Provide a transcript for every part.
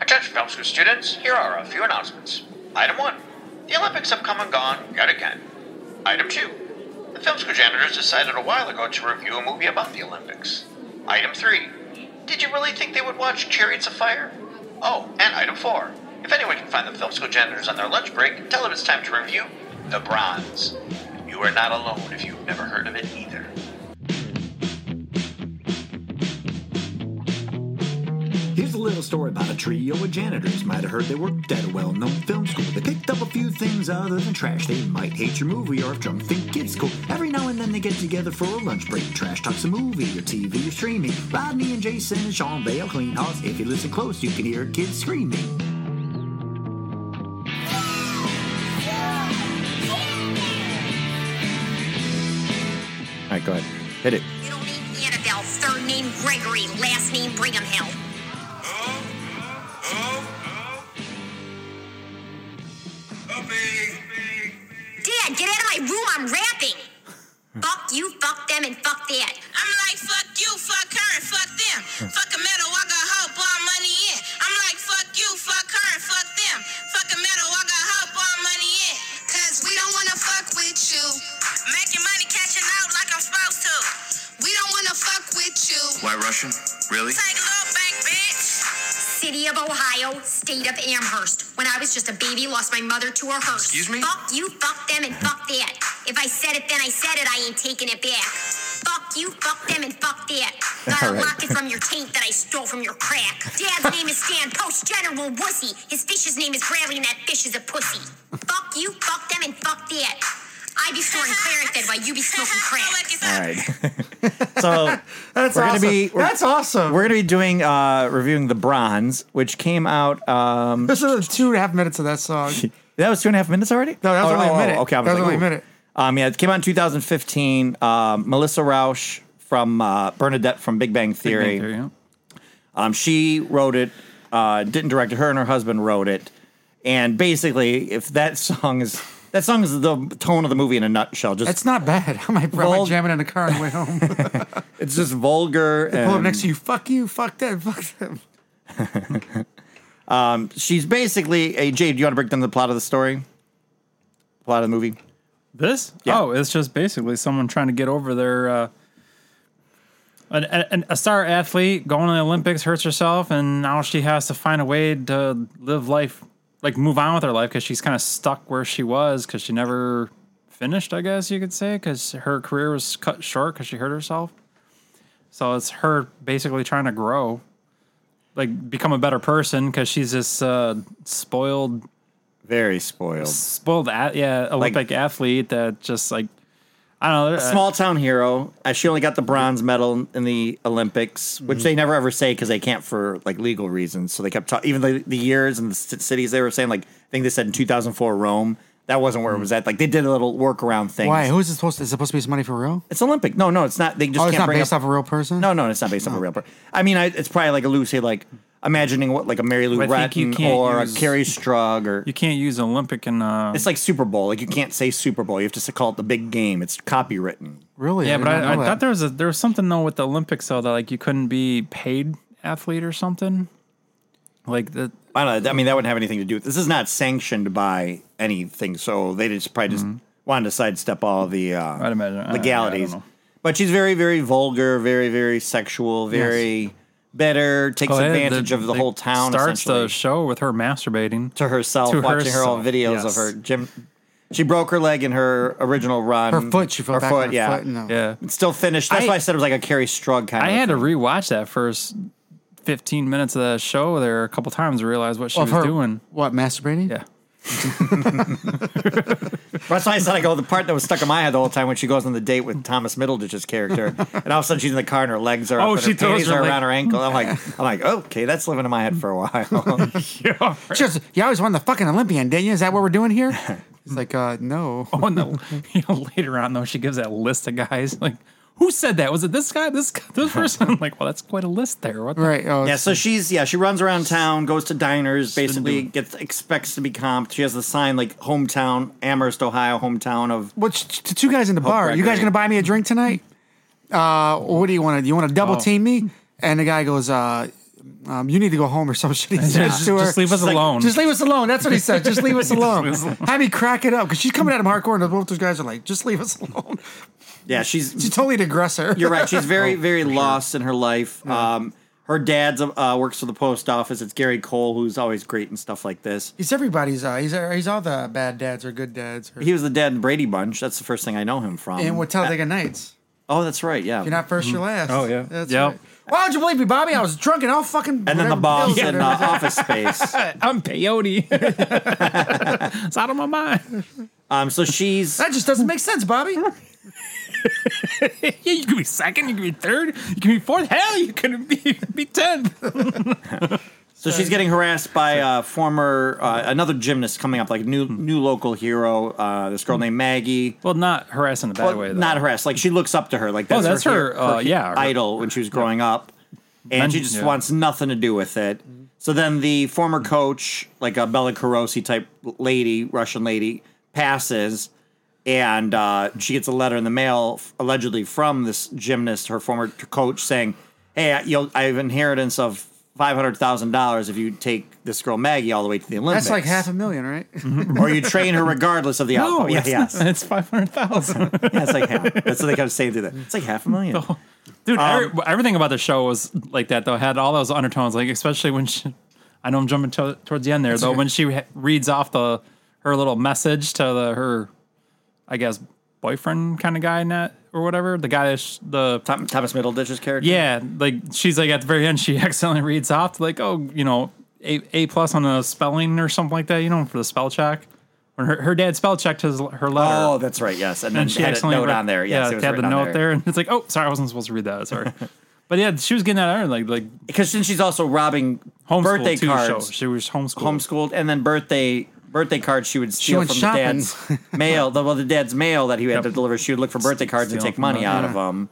Attention Film School students, here are a few announcements. Item 1. The Olympics have come and gone yet again. Item 2. The film school janitors decided a while ago to review a movie about the Olympics. Item 3. Did you really think they would watch Chariots of Fire? Oh, and item 4. If anyone can find the film school janitors on their lunch break, tell them it's time to review The Bronze. You are not alone if you've never heard of it either. Here's a little story about a trio of janitors. Might have heard they worked at a well known film school. They picked up a few things other than trash. They might hate your movie or if drunk think it's cool. Every now and then they get together for a lunch break. Trash talks a movie or TV or streaming. Rodney and Jason and Sean, they'll clean house. If you listen close, you can hear kids screaming. All right, go ahead. Hit it. Middle name Annabelle, third name Gregory, last name Brigham Hill. Dad, get out of my room, I'm rapping. fuck you, fuck them, and fuck that. I'm like, fuck you, fuck her, and fuck them. Fuck a metal walker, hoe, ball money in. I'm like, fuck you, fuck her, and fuck them. Fuck a metal walker, hoe, ball money in. Cause we don't wanna fuck with you. Making money, catching out like I'm supposed to. We don't wanna fuck with you. Why Russian? Really? Take low bank, bitch. City of Ohio, state of Amherst. When I was just a baby, lost my mother to a hearse. Excuse me? Fuck you, fuck them, and fuck that. If I said it, then I said it, I ain't taking it back. Fuck you, fuck them, and fuck that. Got All a right. locket from your taint that I stole from your crack. Dad's name is Stan Post General Wussy. His fish's name is Bradley, and that fish is a pussy. fuck you, fuck them, and fuck that. I be storing Clarence then while you be smoking crack. Look, it's All up. right. so That's We're gonna awesome. be- we're- That's awesome. we're gonna be doing uh, reviewing the Bronze, which came out. Um, Listen to the two and a half minutes of that song. that was two and a half minutes already. Oh, No, that was only a minute. okay, I was That was like, only a ooh. minute. Um, yeah, it came out in 2015. Um, Melissa Rauch from uh, Bernadette from Big Bang Theory. Um, she wrote it, uh, didn't direct it. Her and her husband wrote it. And basically, if that song is that song is the tone of the movie in a nutshell. Just That's not bad. I might, I Well- might jam it in the car on the way home. Pull it's just vulgar. And up next to you. Fuck you. Fuck them. Fuck them. she's basically a Jade. Do you want to break down the plot of the story? Plot of the movie. This? Yeah. Oh, it's just basically someone trying to get over their. Uh, an, an, a star athlete going to the Olympics hurts herself, and now she has to find a way to live life, like move on with her life, because she's kind of stuck where she was because she never finished, I guess you could say, because her career was cut short because she hurt herself. So it's her basically trying to grow, like become a better person, because she's this uh, spoiled Very spoiled. spoiled at yeah Olympic athlete that just like I don't know uh, Small town hero. Uh, she only got the bronze medal in the Olympics, which they never ever say because they can't for like legal reasons. So they kept talking, even the, the years and the c- cities they were saying. Like I think they said in 2004 Rome. That wasn't where it was at. Like they did a little workaround thing. Why? Who is it supposed to? Is it supposed to be some money for real? It's Olympic. No, no, it's not. They just Oh, can't it's not bring based up, off a real person? No, no, it's not based off a real person. I mean, I, it's probably like a Lucy, like imagining what like a Mary Lou I think you Retton can't or use- a Carrie Strug or you can't use Olympic and uh it's like Super Bowl. Like you can't say Super Bowl. You have to s- call it the big game. It's copywritten. Really? yeah, but did not I, I know thought that. there was a there was something though with the Olympics though that like you couldn't be paid athlete or something like the I don't. know. I mean, that wouldn't have anything to do with this. Is not sanctioned by anything, so they just probably just wanted to sidestep all the uh, Mm-hmm. I'd imagine. I- I don't legalities. know. but she's very, very vulgar, very, very sexual, very bitter. Takes advantage of the whole town. starts Oh, the essentially. show with her masturbating to herself, To watching her old herself, videos yes. of her gym. She broke her leg in her original run. Her foot, she fell her back on foot, her yeah. foot, no. yeah Still finished. That's I- why I said it was like a Carrie Strug kind I of. had to rewatch that first fifteen minutes of that show there a couple times to realize what she Of was her- doing What, masturbating? yeah That's why I said I go. The part that was stuck in my head the whole time when she goes on the date with Thomas Middleditch's character, and all of a sudden she's in the car and her legs are up Oh, and she her throws panties her are leg- around her ankle. I'm like, I'm like, okay, that's living in my head for a while. Just, you always won the fucking Olympian, didn't you? Is that what we're doing here? It's like, uh, no. Oh, and the, you know, later on though, she gives that list of guys. Like, who said that? Was it this guy? This guy, this person? I'm like, well, that's quite a list there. What the? Right. Oh, yeah, it's- so she's yeah, she runs around town, goes to diners, basically gets expects to be comped. She has the sign like hometown Amherst, Ohio, hometown of Which to two guys in the bar? You guys Gregory. gonna buy me a drink tonight? Uh, what do you want to? You want to double Oh. team me? And the guy goes, uh, um, "You need to go home" or some shit. He says just- to her. just leave us It's like, alone. Just leave us alone. That's what he said. Just leave us alone. us alone. Have me crack it up because she's coming at him hardcore, and both those guys are like, "Just leave us alone." Yeah, she's She's totally an aggressor. You're right. She's very, Oh, very lost in her life. Um, her dad's uh, works for the post office. It's Gary Cole, who's always great and stuff like this. He's everybody's. Uh, he's he's all the bad dads or good dads. Or, He was the dad in Brady Bunch. That's the first thing I know him from. and with Talladega Nights. oh, that's right. Yeah. You're not 1st you you're last. Oh, yeah. That's Yep. right. Why would you believe me, Bobby? I was drunk and all fucking. and then the whatever bombs pills in uh, that are- Office Space. I'm peyote. it's out of my mind. Um, so she's That just doesn't make sense, Bobby. Yeah, you could be second, you could be third, you could be fourth. Hell, you could be be tenth. so she's getting harassed by a former uh, another gymnast coming up, like new Hmm. new local hero. Uh, this girl named Maggie. Well, not harassed in a bad Well, way. Though. not harassed. Like she looks up to her. Like that's, that's her, hero- uh, yeah, her- idol when she was growing up, and Men- she just yeah. wants nothing to do with it. So then the former coach, like a Bella Karosi type lady, Russian lady, passes, and uh, she gets a letter in the mail, f- allegedly from this gymnast, her former t- coach, saying, "Hey, I- you'll, I have inheritance of." Five hundred thousand dollars if you take this girl Maggie all the way to the Olympics. That's like half a million, right? Mm-hmm. or you train her regardless of the No, outcome. Oh, Yeah, it's, yes. not. it's five hundred thousand. Yeah, it's like half. That's what they kept saying through that. It's like half a million. Dude, every, everything about the show was like that though. Had all those undertones, like especially when she. I know I'm jumping to, towards the end there, though. When she ha- reads off the her little message to the her, I guess boyfriend kind of guy, net or whatever, the guy that's the Tom, Thomas Middleditch's character. Yeah, like she's like at the very end, she accidentally reads off like, oh, you know, a a plus on a spelling or something like that, you know, for the spell check. When her, her dad spell checked his her letter, Oh, that's right. Yes, and then she had a note wrote- on there. Yes, it yeah, was had the written on note there. and it's like, oh, sorry, I wasn't supposed to read that. Sorry, but yeah, she was getting that iron like like because then she's also robbing homeschool birthday too, cards, Show. She was homeschooled. homeschooled, and then birthday birthday cards she would steal went from the shopping. dad's mail. The, well, the dad's mail that he had Yep. to deliver. She would look for birthday cards and stealing take from money them. out of them.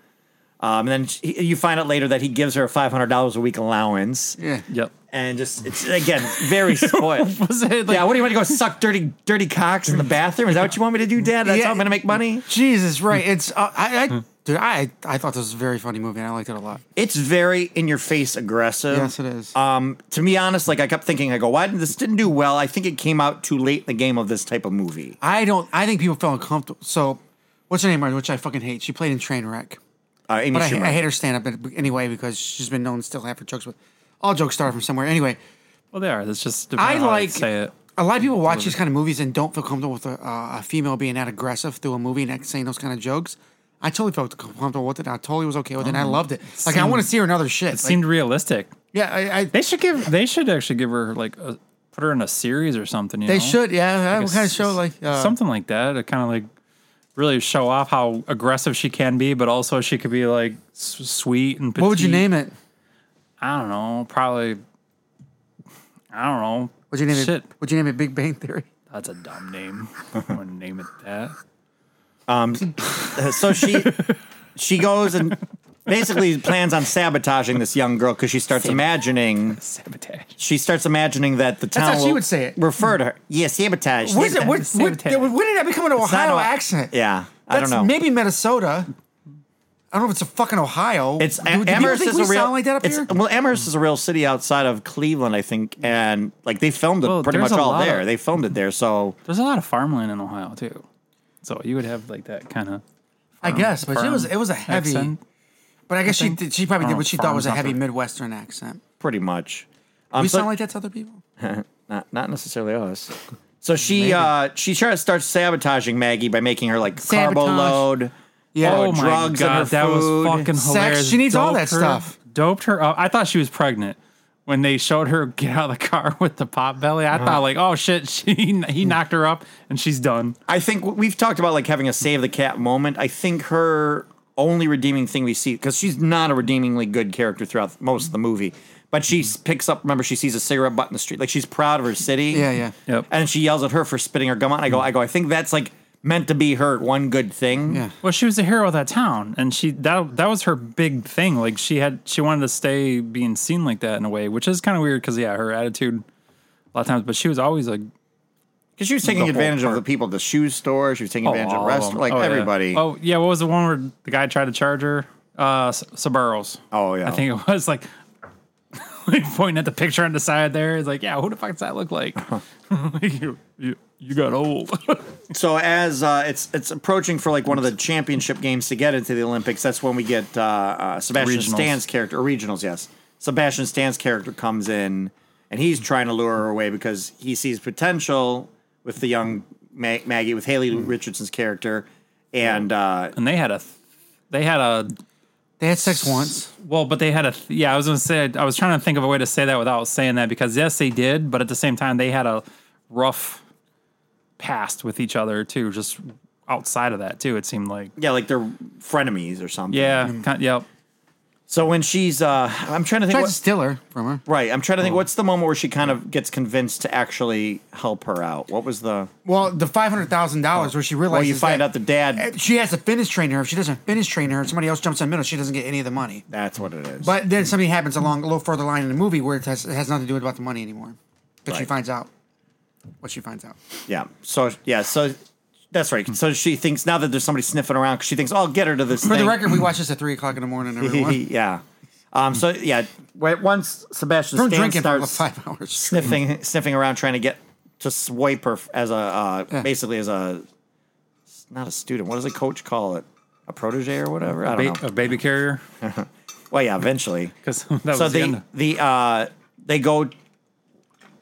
Um, and then she, you find out later that he gives her a five hundred dollars a week allowance. Yeah. Yep. And just it's again very spoiled. Was it like yeah, what do you want to go suck dirty dirty cocks in the bathroom? Is that what you want me to do, Dad? That's Yeah. how I'm going to make money. Jesus, right? Mm-hmm. It's uh, I, I, dude, I, I thought this was a very funny movie. and I liked it a lot. It's very in your face aggressive. Yes, it is. Uh, Um, to be honest, like I kept thinking, I go, why didn't this didn't do well? I think it came out too late in the game of this type of movie. I don't. I think people felt uncomfortable. So, what's her name? Martin, Which I fucking hate. She played in Trainwreck, Uh, Amy but I, Schumer. I hate her stand up anyway because she's been known to still have her jokes. But all jokes start from somewhere. Anyway, well they are. That's just I depending on how they like- say it. a lot of people watch these kind of movies and don't feel comfortable with a, uh, a female being that aggressive through a movie and act- saying those kind of jokes. I totally felt comfortable with it. I totally was okay with it. and I Um, loved it. Like I seemed- want to see her in other shit. It Like, seemed realistic. yeah, I, I They should give. They should actually give her like a, put her in a series or something. You They know? should, yeah. That a kind of s- show like uh, something like that to kind of like really show off how aggressive she can be, but also she could be like s- sweet and. Petite. What would you name it? I don't know. Probably. I don't know. Would you name it? Shit. Would you name it Big Bang Theory? That's a dumb name. I wouldn't name it that. so she she goes and basically plans on sabotaging this young girl because she starts imagining Sabotage. she starts imagining that the town how she will would say it. Refer to her. Yeah, sabotage. What is it? sabotage. What, Same what, thing. when did that become an It's not Ohio a- accent? Yeah, I That's don't know. Maybe Minnesota. I don't know if it's a fucking Ohio. It's do, Am- do people Amherst think is we a real. sound like that up it's- here? Well, Amherst is a real city outside of Cleveland, I think, and like they filmed it Well, pretty there's much a all lot there. of- they filmed it there, so There's a lot of farmland in Ohio too, so you would have like that kind of. I guess, but it was it was a heavy. But I guess she think. did, she probably I Uh, did don't what she know, thought was a farms heavy up there. Midwestern accent. pretty much. Do Um, we so- sound like that to other people? not not necessarily us. So she uh she tries starts sabotaging Maggie by making her like carbo Sabotage. load. Yeah. or oh my drugs in god, her that food. was fucking Sex, hilarious. she needs all Doped that her- stuff. Doped her up. I thought she was pregnant when they showed her get out of the car with the pot belly. Uh-huh. I thought like, oh shit, she he knocked her up and she's done. I think w- we've talked about like having a save the cat moment. I think her only redeeming thing we see because she's not a redeemingly good character throughout most of the movie. But she s- picks up. Remember, she sees a cigarette butt in the street. Like she's proud of her city. Yeah, yeah. Yep. And she yells at her for spitting her gum out. I go, I go. I think that's like meant to be her one good thing. Yeah. Well, she was the hero of that town, and she that that was her big thing. Like she had she wanted to stay being seen like that in a way, which is kind of weird because yeah, her attitude a lot of times, but she was always like Because she was taking The whole advantage of part. the people, at the shoe store. She was taking Oh, advantage all of of restaurant, them. like Oh, yeah. everybody. Oh yeah, what was the one where the guy tried to charge her? Uh, S- Sabaros. Oh, yeah. I think it was like like pointing at the picture on the side there. It's like, yeah, who the fuck does that look like? you, you, you got old. So as uh, it's it's approaching for like one of the championship games to get into the Olympics, that's when we get uh, uh, Sebastian Regionals. Stan's character, or regionals, yes. Sebastian Stan's character comes in, and he's trying to lure her away because he sees potential with the young Ma- Maggie, with Haley Richardson's character, and uh, and they had a, they had a They had sex once. Well, but they had a yeah. I was gonna say I was trying to think of a way to say that without saying that because yes, they did, but at the same time they had a rough past with each other too. Just outside of that too, it seemed like yeah, like they're frenemies or something. yeah, kind, yep. So when she's, uh, I'm trying to think, Tried to what, steal her from her. right? I'm trying to think, what's the moment where she kind of gets convinced to actually help her out? What was the? Well, the five hundred thousand dollars where she realizes Well, you find that out the dad. she has to finish train her. If she doesn't finish train her, somebody else jumps in the middle. She doesn't get any of the money. That's what it is. But then something happens along a little further line in the movie where it has, it has nothing to do with about the money anymore. But she Right. finds out what she finds out. Yeah. So yeah. So that's right. So she thinks now that there's somebody sniffing around, 'cause she thinks, "Oh, I'll get her to this." For thing. the record, we watched this at three o'clock in the morning. Everyone, yeah. Um. So yeah. Wait, once Sebastian from Stan drinking for starts five hours. sniffing, sniffing around, trying to get to swipe her f- as a uh, Yeah. basically as a not a student. What does a coach call it? A protege or whatever. I don't Ba- know. a baby carrier Well, yeah. Eventually. because that was so the the end. the uh they go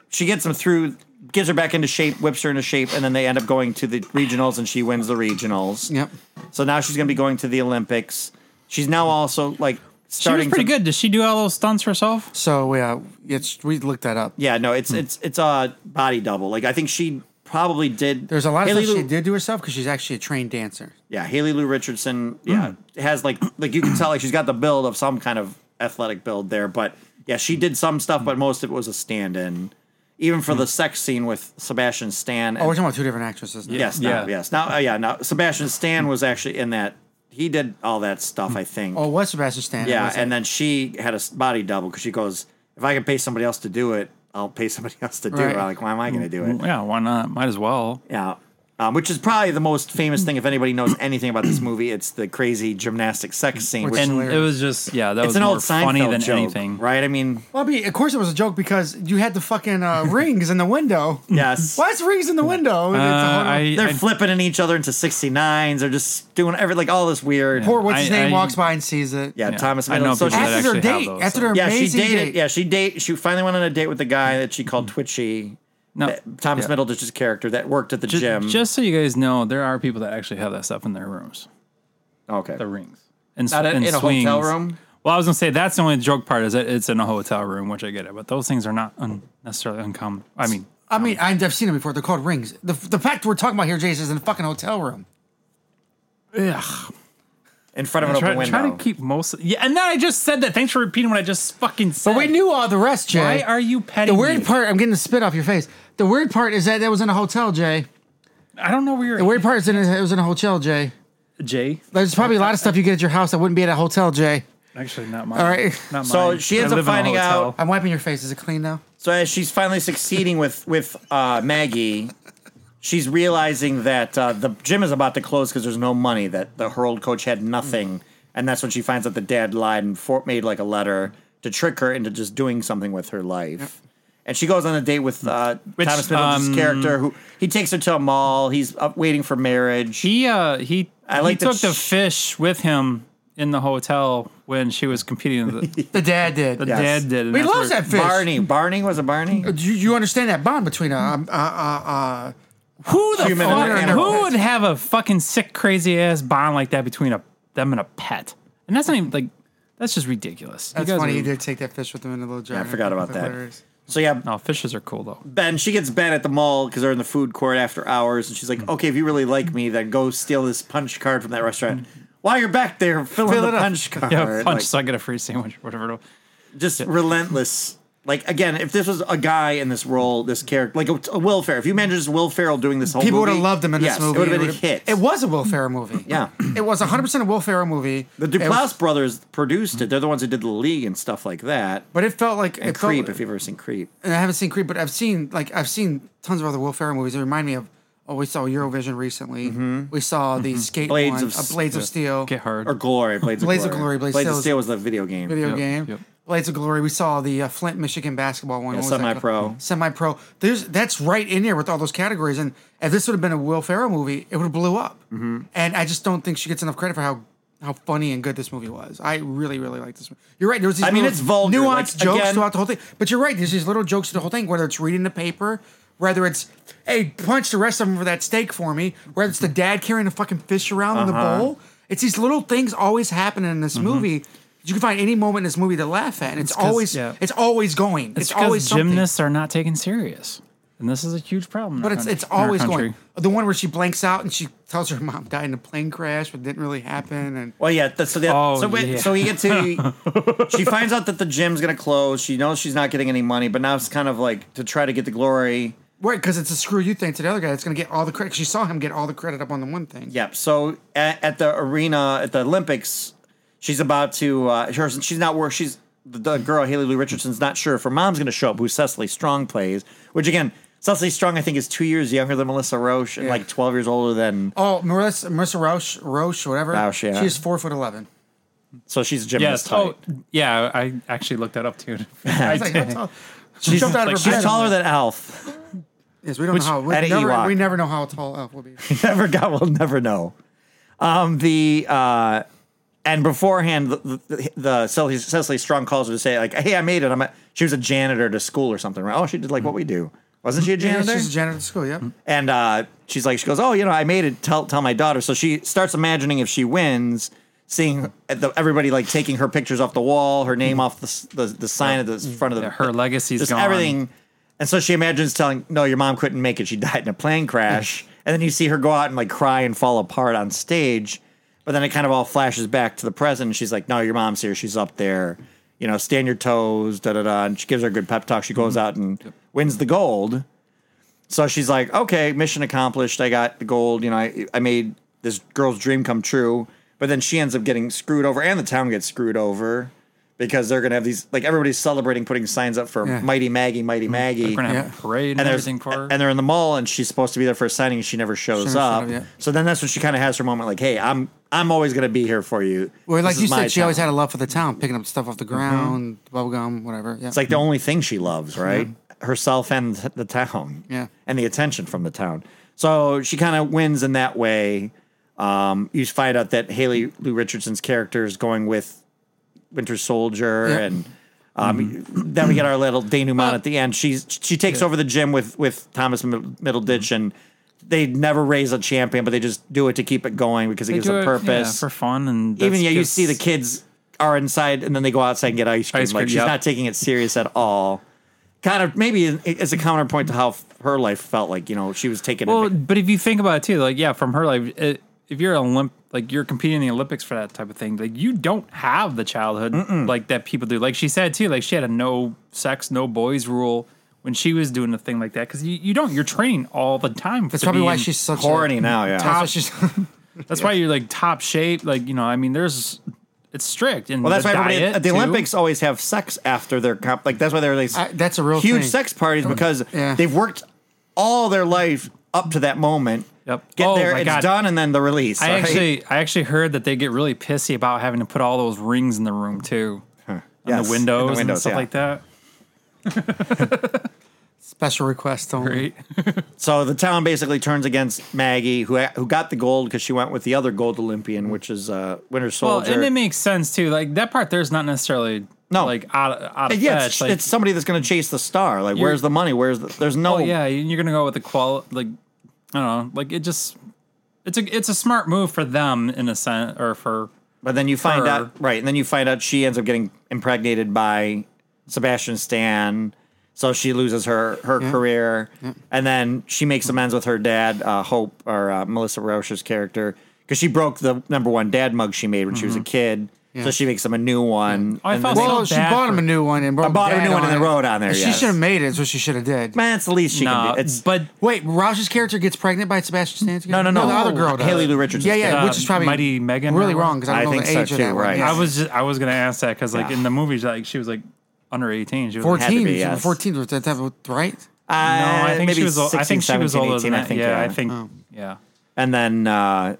she gets them through gives her back into shape whips her into shape and then they end up going to the regionals and she wins the regionals Yep. so now she's going to be going to the olympics she's now also like She starting was pretty to, good. Did she do all those stunts herself? So yeah, it's we looked that up. yeah no Hmm. it's it's it's a body double like i think she probably did There's a lot of Haley stuff Lu- she did to herself because she's actually a trained dancer. yeah haley lou richardson yeah Hmm. has like like you can tell like she's got the build of some kind of athletic build there but yeah she did some stuff but most of it was a stand-in even for the sex scene with sebastian stan and Hmm. Oh, we're talking about two different actresses. Now. Yes, Yeah. now, yes. Now, uh, yeah, now Sebastian Stan was actually in that. He did all that stuff, I think. Oh, it was Sebastian Stan? yeah, Was it? and then she had a s- body double because she goes, if I can pay somebody else to do it, I'll pay somebody else to do Right. Mm-hmm. it. I'm like, why am I going to do it? Yeah, why not? Might as well. Yeah. Um, which is probably the most famous thing, if anybody knows anything about this movie, it's the crazy gymnastic sex scene. Which Which And hilarious. it was just yeah, that it's was an more old Seinfeld funny than joke, anything. right? I mean, Well, I mean, of course it was a joke because you had the fucking uh, rings in the window. yes, Why is rings in the window? It's a Uh, whole- I, they're I- flipping in each other into sixty nines. They're just doing every like all this weird. Poor what's his I- name I- walks by and sees it. yeah, Yeah. Thomas. I know Middleton. so people she- that After their actually have date, those, after so- their Yeah, she amazing dated. date. Yeah, she date. She finally went on a date with a guy that she called Twitchy. No. that- Thomas Mm-hmm. Yeah. Middleditch's character that worked at the ju- gym. just so you guys know, there are people that actually have that stuff in their rooms. okay. the rings and Not in- and in a hotel swings. room? Well, I was gonna say that's the only joke part is that it's in a hotel room, which I get it, but those things are not un- necessarily uncommon. I mean, I mean, I've I've seen them before. They're called rings. The, the fact we're talking about here, Jason, is in a fucking hotel room. in front of an try, open window. trying to keep most. Yeah, and then I just said that. Thanks for repeating what I just fucking said. But we knew all the rest, Jay. Why are you petty? The weird part, I'm getting the spit off your face. The weird part is that that was in a hotel, Jay. I don't know where you're. The weird part is that it was in a hotel, Jay. Jay. There's probably a lot of stuff you get at your house that wouldn't be at a hotel, Jay. Actually, not mine. All right. Not So mine. she ends I up live in a finding hotel. I'm wiping your face. Is it clean now? so as she's finally succeeding with with uh, Maggie, she's realizing that uh, the gym is about to close because there's no money. That the her old coach had nothing, and that's when she finds out the dad lied and for- made like a letter to trick her into just doing something with her life. And she goes on a date with uh, Which, Thomas Middleton's um, character, who he takes her to a mall. He's up waiting for marriage. He uh he I like he that took the sh- fish with him in the hotel when she was competing. The, the The dad Yes. did. dad did. and We that's love where- that fish. Barney. Barney was a Barney. You, you understand that bond between a, uh uh uh Who the Human fuck? and animal. Who would have a fucking sick, crazy ass bond like that between a them and a pet? And that's not even like that's just ridiculous. that's guys funny. are- You did take that fish with him in a little jar. I forgot about That's that. hilarious. So yeah, No, fishes are cool though. Ben. She gets Ben at the mall because they're in the food court after hours, and she's like, "Okay, if you really like me, then go steal this punch card from that restaurant." While you're back there, fill, in Fill it the up. punch card. Yeah, punch, Like, so I get a free sandwich, whatever. just relentless. Like again, if this was a guy in this role, this character, like a, a Will Ferrell. If you imagine just Will Ferrell doing this whole, People would movie, have loved him in yes, this movie. It would have been a would've- hit. It was a Will Ferrell movie. Yeah. It was 100% a Will Ferrell movie. The It- Duplass brothers produced it. They're the ones who did the league and stuff like that. But it felt like And it felt, Creep, if you've ever seen Creep. and I haven't seen Creep, but I've seen like I've seen tons of other Will Ferrell movies. They remind me of oh, we saw Eurovision recently. We saw the skate Mm-hmm. Blades one, of uh, Blades of S- Steel Get hard. Or Glory, Blades, Blades of of Glory. Glory, Blades Blades of Steel is- Steel was the video game. video Yep, game. yep. Blades of Glory. We saw the uh, Flint, Michigan basketball one. Yeah, What was that called? semi-pro. Semi-pro. There's that's right in here with all those categories. And if this would have been a Will Ferrell movie, it would have blew up. Mm-hmm. And I just don't think she gets enough credit for how how funny and good this movie was. I really really like this. movie. You're right. There was these I mean, little it's vulgar, like, nuanced jokes again- throughout the whole thing. But you're right. There's these little jokes through the whole thing. Whether it's reading the paper. Whether it's, hey, punch the rest of them for that steak for me. Whether it's the dad carrying a fucking fish around in Uh-huh. the bowl. It's these little things always happening in this movie. You can find any moment in this movie to laugh at, and it's, Mm-hmm. 'cause- always yeah. it's always going. It's, It's always because something. gymnasts are not taken serious, and this is a huge problem. in But our it's coun- it's in our always country. going. The one where she blanks out and she tells her mom died in a plane crash, but it didn't really happen. And Well, yeah. That's, so that, Oh, so, wait, yeah. so we get to. she finds out that the gym's gonna close. She knows she's not getting any money, but now it's kind of like to try to get the glory. right, because it's a screw you thing to the other guy. It's gonna get all the credit. She saw him get all the credit up on the one thing. Yep. So at, at the arena at the Olympics, she's about to. Uh, her, she's not where she's the, the girl Haley Lou Richardson's not sure if her mom's going to show up, who Cecily Strong plays. Which again, Cecily Strong I think is two years younger than Melissa Roche and Yeah. like twelve years older than. Oh, Marissa, Marissa Roche, Roche, whatever. Roche, yeah. She's four foot eleven. So she's a Yes. gymnast. Oh, type. yeah. I actually looked that up too. I It's like, that's did. all- She she's, jumped out of her she's bed. taller than Alf. Yes, we don't Which- know how. We at a never, Ewok. we never know how tall Elf will be. never got. We'll never know. Um, the uh, and beforehand, the, the, the Cecily, Cecily Strong calls her to say like, "Hey, I made it. I'm a, she was a janitor to school or something, right? Oh, she did like what we do, wasn't she a Yeah, janitor? she's a janitor at school. Yep. and uh, she's like, she goes, "Oh, you know, I made it. Tell tell my daughter." So she starts imagining if she wins, seeing at the, everybody like taking her pictures off the wall, her name off the s- the, the sign at the s- front of the Yeah, her legacy's just gone. everything. And so she imagines telling, "No, your mom couldn't make it. She died in a plane crash." and then you see her go out and like cry and fall apart on stage. But then it kind of all flashes back to the present. And she's like, "No, your mom's here. She's up there. You know, stay on your toes." Da da da. And she gives her a good pep talk. She goes Mm-hmm. out and wins the gold. So she's like, okay, mission accomplished. I got the gold. You know, I, I made this girl's dream come true. But then she ends up getting screwed over, and the town gets screwed over because they're going to have these, like, everybody's celebrating putting signs up for Yeah. Mm. Mighty Maggie, Mighty Maggie. We're gonna have Yeah. a parade and, and, there's- everything for her. and they're in the mall, and she's supposed to be there for a signing, and she never shows never showed up. up, yeah. So then that's when she kind of has her moment, like, "Hey, I'm I'm always gonna be here for you." Well, like This you is said, my she always town. Mm-hmm. had a love for the town, picking up stuff off the ground, bubble gum, whatever. Yeah. It's like the only thing she loves, right? Herself and th- the town. Yeah. And the attention from the town. So she kind of wins in that way. Um, you find out that Haley Lou Richardson's character is going with Winter Soldier Yeah. and um, Mm-hmm. then we get our little denouement Uh, at the end. She's she takes over the gym with with Thomas Mid- Mm-hmm. Middleditch and they never raise a champion, but they just do it to keep it going because it gives do a it, purpose. yeah, for fun and Even that's yeah, you just- see the kids are inside and then they go outside and get ice cream. Ice like cream, she's yep. not taking it serious at all. Kind of maybe as a counterpoint to how f- her life felt like. You know, she was taking. Well, advan- but if you think about it too, like yeah, from her life, it, if you're an Olymp, like you're competing in the Olympics for that type of thing, like you don't have the childhood like that people do. Like she said too, like she had a no sex, no boys rule when she was doing a thing like that because you, you don't you're training all the time. That's to probably be why in- she's such horny a, now. Yeah, That's why she's That's why you're like top shape. Like you know, I mean, there's it's strict and Well, that's the why everybody diet, at the too. Olympics always have sex after their comp. Like that's why they're like I- that's a real huge thing. sex parties Oh, because Yeah. they've worked all their life up to that moment. Yep. Get Oh, there, my it's God. done, and then the release. I right? actually, I actually heard that they get really pissy about having to put all those rings in the room too, on Yes, in the the windows, and windows, stuff yeah. like that. special request only. Right? So the town basically turns against Maggie, who who got the gold because she went with the other gold Olympian, which is uh, Winter Well, Soldier. and it makes sense too. Like that part there's not necessarily No. like out out of yeah, fetch. it's, Like, it's somebody that's going to chase the star. Like, You're- where's the money? Where's the, there's no. oh yeah, and you're gonna go with the qual like I don't know, like it just it's a it's a smart move for them in a sense or for But then you find Her. out right, and then you find out she ends up getting impregnated by Sebastian Stan, so she loses her her career, and then she makes amends with her dad, uh, Hope or uh, Melissa Roche's character, because she broke the number one dad mug she made when she was Mm-hmm. a kid. So she makes him a new one. Oh, I and felt then- so Well, she bad bought him for- a new one and wrote bought him a dad new one and on then it. wrote on there, She yes. should have made it. Is what she should have did. man, it's the least she can nah, do. It's but Wait, Roush's character gets pregnant by Sebastian Stan's no, no, The other girl does. Haley Lou Richardson's Yeah, yeah, character. which is probably Uh, Mighty Megan Really or whatever? wrong because I I don't know think the so, age of too, that one. right. Yeah. I was just, I was gonna ask that because like in the movies like she was like under eighteen. She was like, Had to 14, be, yes. 14 was that, that was- right? uh, no, I think she was. o- I 16, think she was 17, older 18, than I that. think, yeah, yeah. I think Oh. yeah. And then, uh,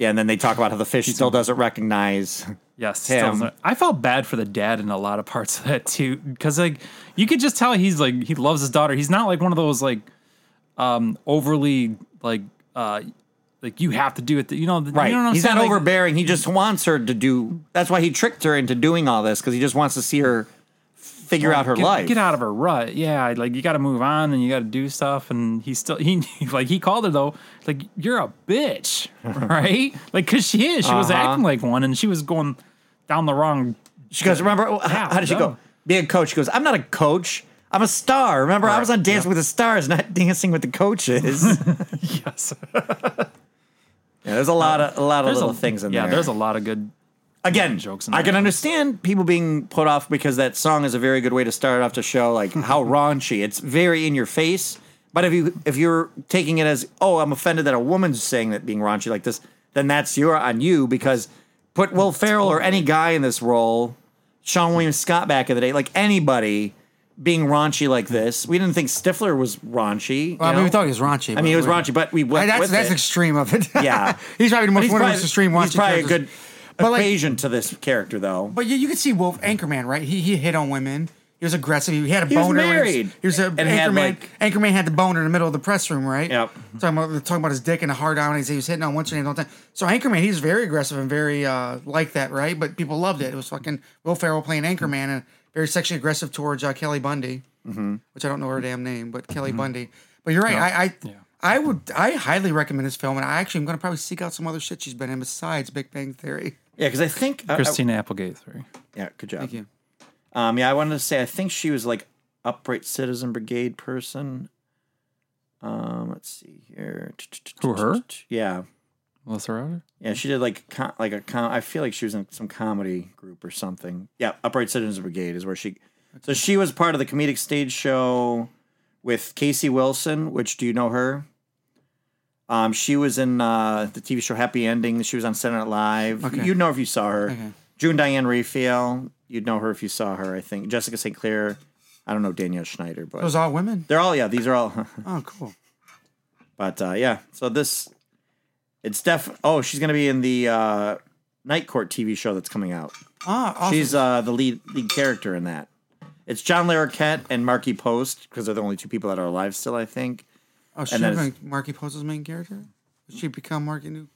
yeah, and then they talk about how the fish still doesn't recognize Yes, Him. still doesn't- I felt bad for the dad in a lot of parts of that too, because like you could just tell he's like he loves his daughter. He's not like one of those like um overly like uh like you have to do it. You know, the- Right. You know what I'm He's saying? not Like, overbearing. He just wants her to do. That's why he tricked her into doing all this because he just wants to see her figure out her get, life. Get out of her rut. Yeah, like you got to move on and you got to do stuff. And he still he like he called her though. Like you're a bitch, right? like because she is. She Uh-huh. was acting like one, and she was going down the wrong. She goes, remember, how, Yeah, how did she go? no. Be a coach. She goes, I'm not a coach. I'm a star. Remember, I was on Dancing with the Stars, not Dancing with the Coaches. yeah, Yes, there's a lot of a lot of little a- things in yeah, there. there's a lot of good again jokes in I there. can understand people being put off because that song is a very good way to start off to show like how raunchy. It's very in your face. But if you if you're taking it as oh I'm offended that a woman's saying that being raunchy like this, then that's your on you because put Will Ferrell or any guy in this role, Sean William Scott back in the day, like anybody being raunchy like this. We didn't think Stifler was raunchy. you Well, I mean, we know? thought he was raunchy. I mean, but he was we- raunchy, but we Uh, went That's with that's it. extreme of it. Yeah. he's probably the But most he's one of the probably, most extreme he's raunchy probably a good characters. But, like- equation to this character though. But you, you could see Wolf Anchorman, right? He he hit on women. He was aggressive. He had a He was boner. when married. He was, he was a And had, Anchorman. like- Anchorman had the boner in the middle of the press room, right? Yep. Talking about they're talking about his dick and a hard on. and He was hitting on once your name all the time. So Anchorman, he was very aggressive and very uh, like that, right? But people loved it. It was fucking Will Ferrell playing Anchorman and very sexually aggressive towards uh, Kelly Bundy, Mm-hmm. which I don't know her damn name, but Kelly Bundy. But you're right. I I, I would I highly recommend this film, and I actually am going to probably seek out some other shit she's been in besides Big Bang Theory. Yeah, because I think I- I- Christina Applegate three. yeah, good job. Thank you. Um, yeah, I wanted to say I think she was like upright citizen brigade person. Um, let's see here. Who, her? Yeah, Melissa Rauder. yeah, she did like com- like a com- I feel like she was in some comedy group or something. Yeah, upright citizen brigade is where she. So she was part of the comedic stage show with Casey Wilson. Which do you know her? Um, she was in uh, the TV show Happy Ending. She was on Saturday Night Live. Okay. You'd know if you saw her. Okay. June Diane Raphael. You'd know her if you saw her. I think Jessica St. Clair. I don't know Danielle Schneider, but Those all women. they're all yeah. These are all. Oh, cool. But uh, yeah, so this, it's def. Oh, she's gonna be in the uh, Night Court TV show that's coming out. Ah, awesome. She's uh, the lead lead character in that. It's John Larroquette and Marky Post because they're the only two people that are alive still. I think oh, she's and then gonna be Marky Pose's main character. Did she become Marky New?